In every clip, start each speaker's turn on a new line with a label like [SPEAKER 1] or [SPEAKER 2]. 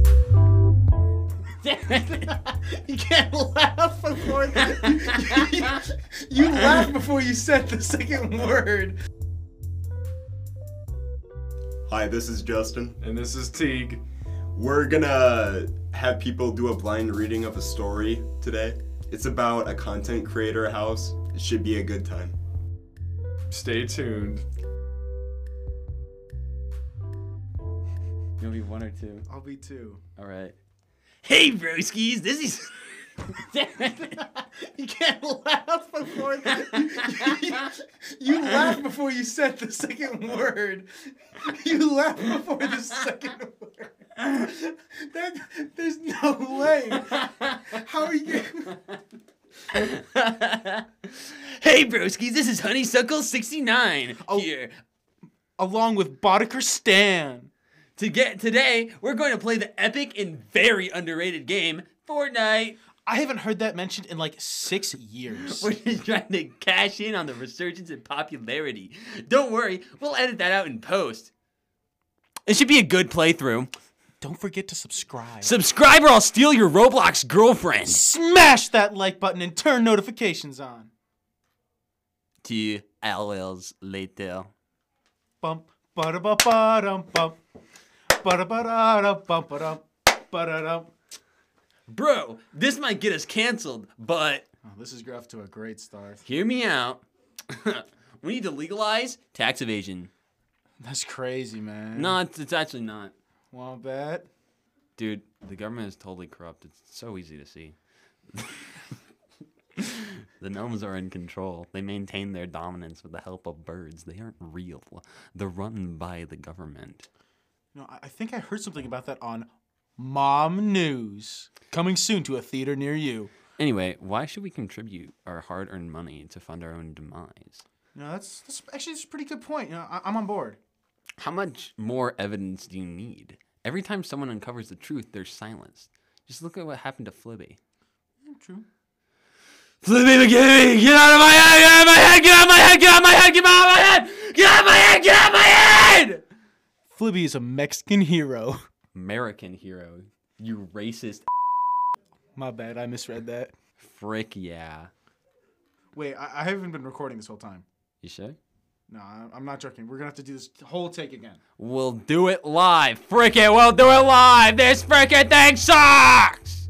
[SPEAKER 1] you laughed before you said the second word.
[SPEAKER 2] Hi, this is Justin.
[SPEAKER 3] And this is Teague.
[SPEAKER 2] We're gonna have people do a blind reading of a story today. It's about a content creator house. It should be a good time.
[SPEAKER 3] Stay tuned.
[SPEAKER 4] You'll be one or two.
[SPEAKER 1] I'll be two.
[SPEAKER 4] All right.
[SPEAKER 5] Hey, broskies, this is.
[SPEAKER 1] You can't laugh before the, you, you laughed before you said the second word. You laughed before the second word. That, there's no way. How are you?
[SPEAKER 5] hey, broskies, this is Honeysuckle 69 here.
[SPEAKER 6] along with Boddicker Stan.
[SPEAKER 5] To get today, we're going to play the epic and very underrated game Fortnite.
[SPEAKER 6] I haven't heard that mentioned in like six years.
[SPEAKER 5] We're just trying to cash in on the resurgence in popularity. Don't worry, we'll edit that out in post. It should be a good playthrough.
[SPEAKER 6] Don't forget to subscribe.
[SPEAKER 5] Subscribe or I'll steal your Roblox girlfriend.
[SPEAKER 6] Smash that like button and turn notifications on.
[SPEAKER 5] Two hours later.
[SPEAKER 6] Bump, ba ba ba dum bump, ba da ba da dum bump ba dum, ba da dum.
[SPEAKER 5] Bro, this might get us canceled, but
[SPEAKER 1] Oh, this is off to a great start.
[SPEAKER 5] hear me out. we need to legalize tax evasion.
[SPEAKER 1] That's crazy, man.
[SPEAKER 5] No, it's, it's actually not.
[SPEAKER 1] Won't bet.
[SPEAKER 5] Dude, the government is totally corrupt. It's so easy to see. the gnomes are in control. They maintain their dominance with the help of birds. They aren't real. They're run by the government.
[SPEAKER 6] No, I I think I heard something about that on Mom News. Coming soon to a theater near you.
[SPEAKER 5] Anyway, why should we contribute our hard-earned money to fund our own demise?
[SPEAKER 6] No, that's, that's actually that's a pretty good point. You know, I, I'm on board.
[SPEAKER 5] How much more evidence do you need? Every time someone uncovers the truth, they're silenced. Just look at what happened to Flibby.
[SPEAKER 6] True.
[SPEAKER 5] Flippy McGivy, get out of my head, get out of my head, get out of my head, get out of my head, get out of my head, get out of my head, get out of my head!
[SPEAKER 6] Flibby is a Mexican hero.
[SPEAKER 5] American hero, you racist.
[SPEAKER 6] My bad, I misread that.
[SPEAKER 5] Frick yeah.
[SPEAKER 6] Wait, I, I haven't been recording this whole time.
[SPEAKER 5] You sure?
[SPEAKER 6] No, I- I'm not joking. We're gonna have to do this whole take again.
[SPEAKER 5] We'll do it live. Frick it, we'll do it live. This frickin' thing sucks!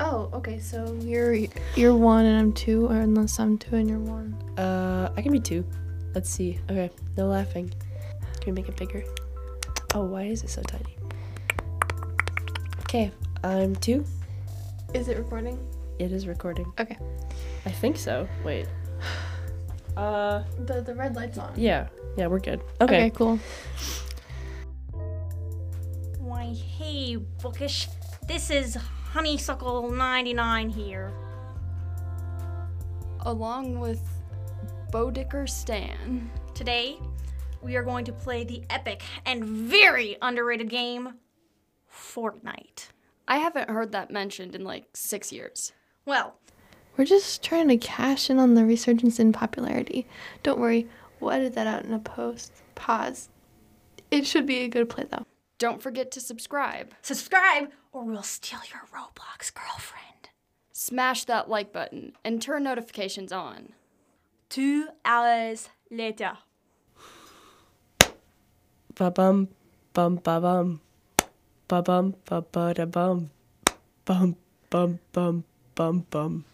[SPEAKER 7] Oh, okay. So you're you're one and I'm two, or unless I'm two and you're one.
[SPEAKER 8] Uh, I can be two. Let's see. Okay, no laughing. Can we make it bigger? Oh, why is it so tiny? Okay, I'm two.
[SPEAKER 7] Is it recording?
[SPEAKER 8] It is recording.
[SPEAKER 7] Okay.
[SPEAKER 8] I think so. Wait. Uh,
[SPEAKER 7] The the red light's on.
[SPEAKER 8] yeah. Yeah, we're good.
[SPEAKER 7] Okay.
[SPEAKER 8] Okay.
[SPEAKER 7] Cool.
[SPEAKER 9] Why, hey, Bookish. This is Honeysuckle99 here.
[SPEAKER 10] along with Bodicker Stan.
[SPEAKER 9] Today, we are going to play the epic and very underrated game, Fortnite.
[SPEAKER 10] I haven't heard that mentioned in like six years.
[SPEAKER 9] Well,
[SPEAKER 7] We're just trying to cash in on the resurgence in popularity. Don't worry, we'll edit that out in a post. Pause. It should be a good play though.
[SPEAKER 10] Don't forget to subscribe.
[SPEAKER 9] subscribe or we'll steal your Roblox girlfriend.
[SPEAKER 10] Smash that like button and turn notifications on.
[SPEAKER 9] Two hours later.
[SPEAKER 8] Ba bum, bum ba bum, ba bum ba ba da bum, bum bum bum bum bum.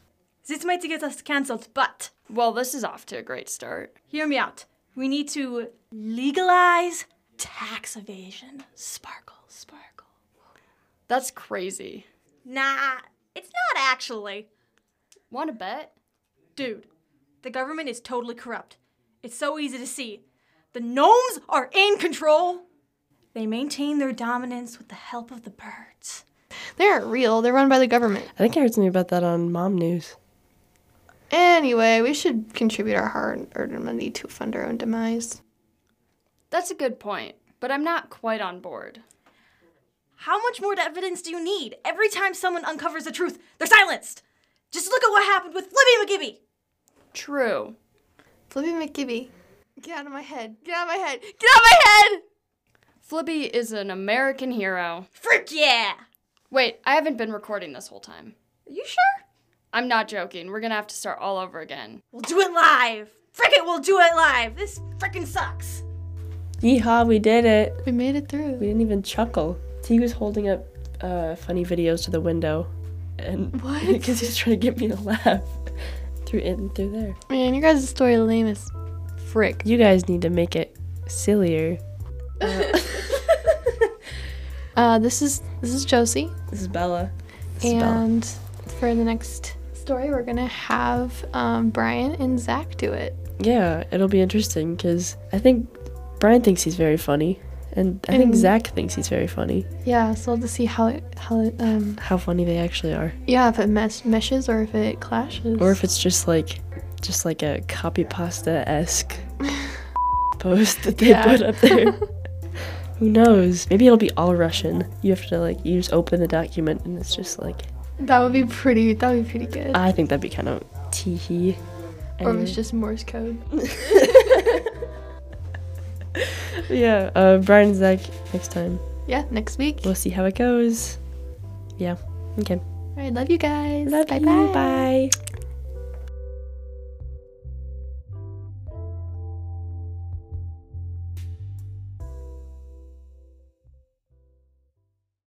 [SPEAKER 9] This might get us cancelled, but
[SPEAKER 10] Well, this is off to a great start.
[SPEAKER 9] hear me out. We need to legalize tax evasion. Sparkle, sparkle.
[SPEAKER 10] That's crazy.
[SPEAKER 9] Nah, it's not actually.
[SPEAKER 10] Wanna bet?
[SPEAKER 9] Dude, the government is totally corrupt. It's so easy to see. The gnomes are in control. They maintain their dominance with the help of the birds.
[SPEAKER 7] They aren't real. They're run by the government.
[SPEAKER 8] I think I heard something about that on Mom News.
[SPEAKER 7] Anyway, we should contribute our hard-earned money to fund our own demise.
[SPEAKER 10] That's a good point, but I'm not quite on board.
[SPEAKER 9] How much more evidence do you need? Every time someone uncovers the truth, they're silenced. Just look at what happened with Libby McGibby.
[SPEAKER 10] True.
[SPEAKER 7] Flippy McGibby, get out of my head. Get out of my head. Get out of my head.
[SPEAKER 10] Flibby is an American hero.
[SPEAKER 9] Frick yeah!
[SPEAKER 10] Wait, I haven't been recording this whole time.
[SPEAKER 9] Are you sure?
[SPEAKER 10] I'm not joking. We're gonna have to start all over again.
[SPEAKER 9] We'll do it live. Frick it, we'll do it live. This frickin' sucks.
[SPEAKER 8] Yeehaw, we did it.
[SPEAKER 7] We made it through.
[SPEAKER 8] We didn't even chuckle. Teague was holding up uh, funny videos to the window, and
[SPEAKER 7] What?
[SPEAKER 8] because he's trying to get me to laugh through it and through there.
[SPEAKER 7] Man, your guys' story lame as frick.
[SPEAKER 8] You guys need to make it sillier.
[SPEAKER 7] Uh, this is this is Josie,
[SPEAKER 8] This is Bella. This is Bella.
[SPEAKER 7] and for the next story, we're gonna have um, Brian and Zach do it.
[SPEAKER 8] Yeah, it'll be interesting because I think Brian thinks he's very funny, and I think
[SPEAKER 7] And-
[SPEAKER 8] Zach thinks he's very funny.
[SPEAKER 7] Yeah, so we'll just see how it how it um
[SPEAKER 8] How funny they actually are,
[SPEAKER 7] yeah if it mesh, meshes or if it clashes.
[SPEAKER 8] or if it's just like, just like a copy pasta esque post that they
[SPEAKER 7] Yeah.
[SPEAKER 8] put up there. Who knows? Maybe it'll be all Russian. You have to like, you just open the document and it's just like,
[SPEAKER 7] that would be pretty. That would be pretty good.
[SPEAKER 8] I think that'd be kind of tee hee.
[SPEAKER 7] or if it's just Morse code.
[SPEAKER 8] yeah, uh, Brian and Zach next time.
[SPEAKER 7] Yeah, next week.
[SPEAKER 8] We'll see how it goes. Yeah. Okay.
[SPEAKER 7] All right, love you guys.
[SPEAKER 8] Love
[SPEAKER 7] bye
[SPEAKER 8] you.
[SPEAKER 7] bye.
[SPEAKER 8] Bye.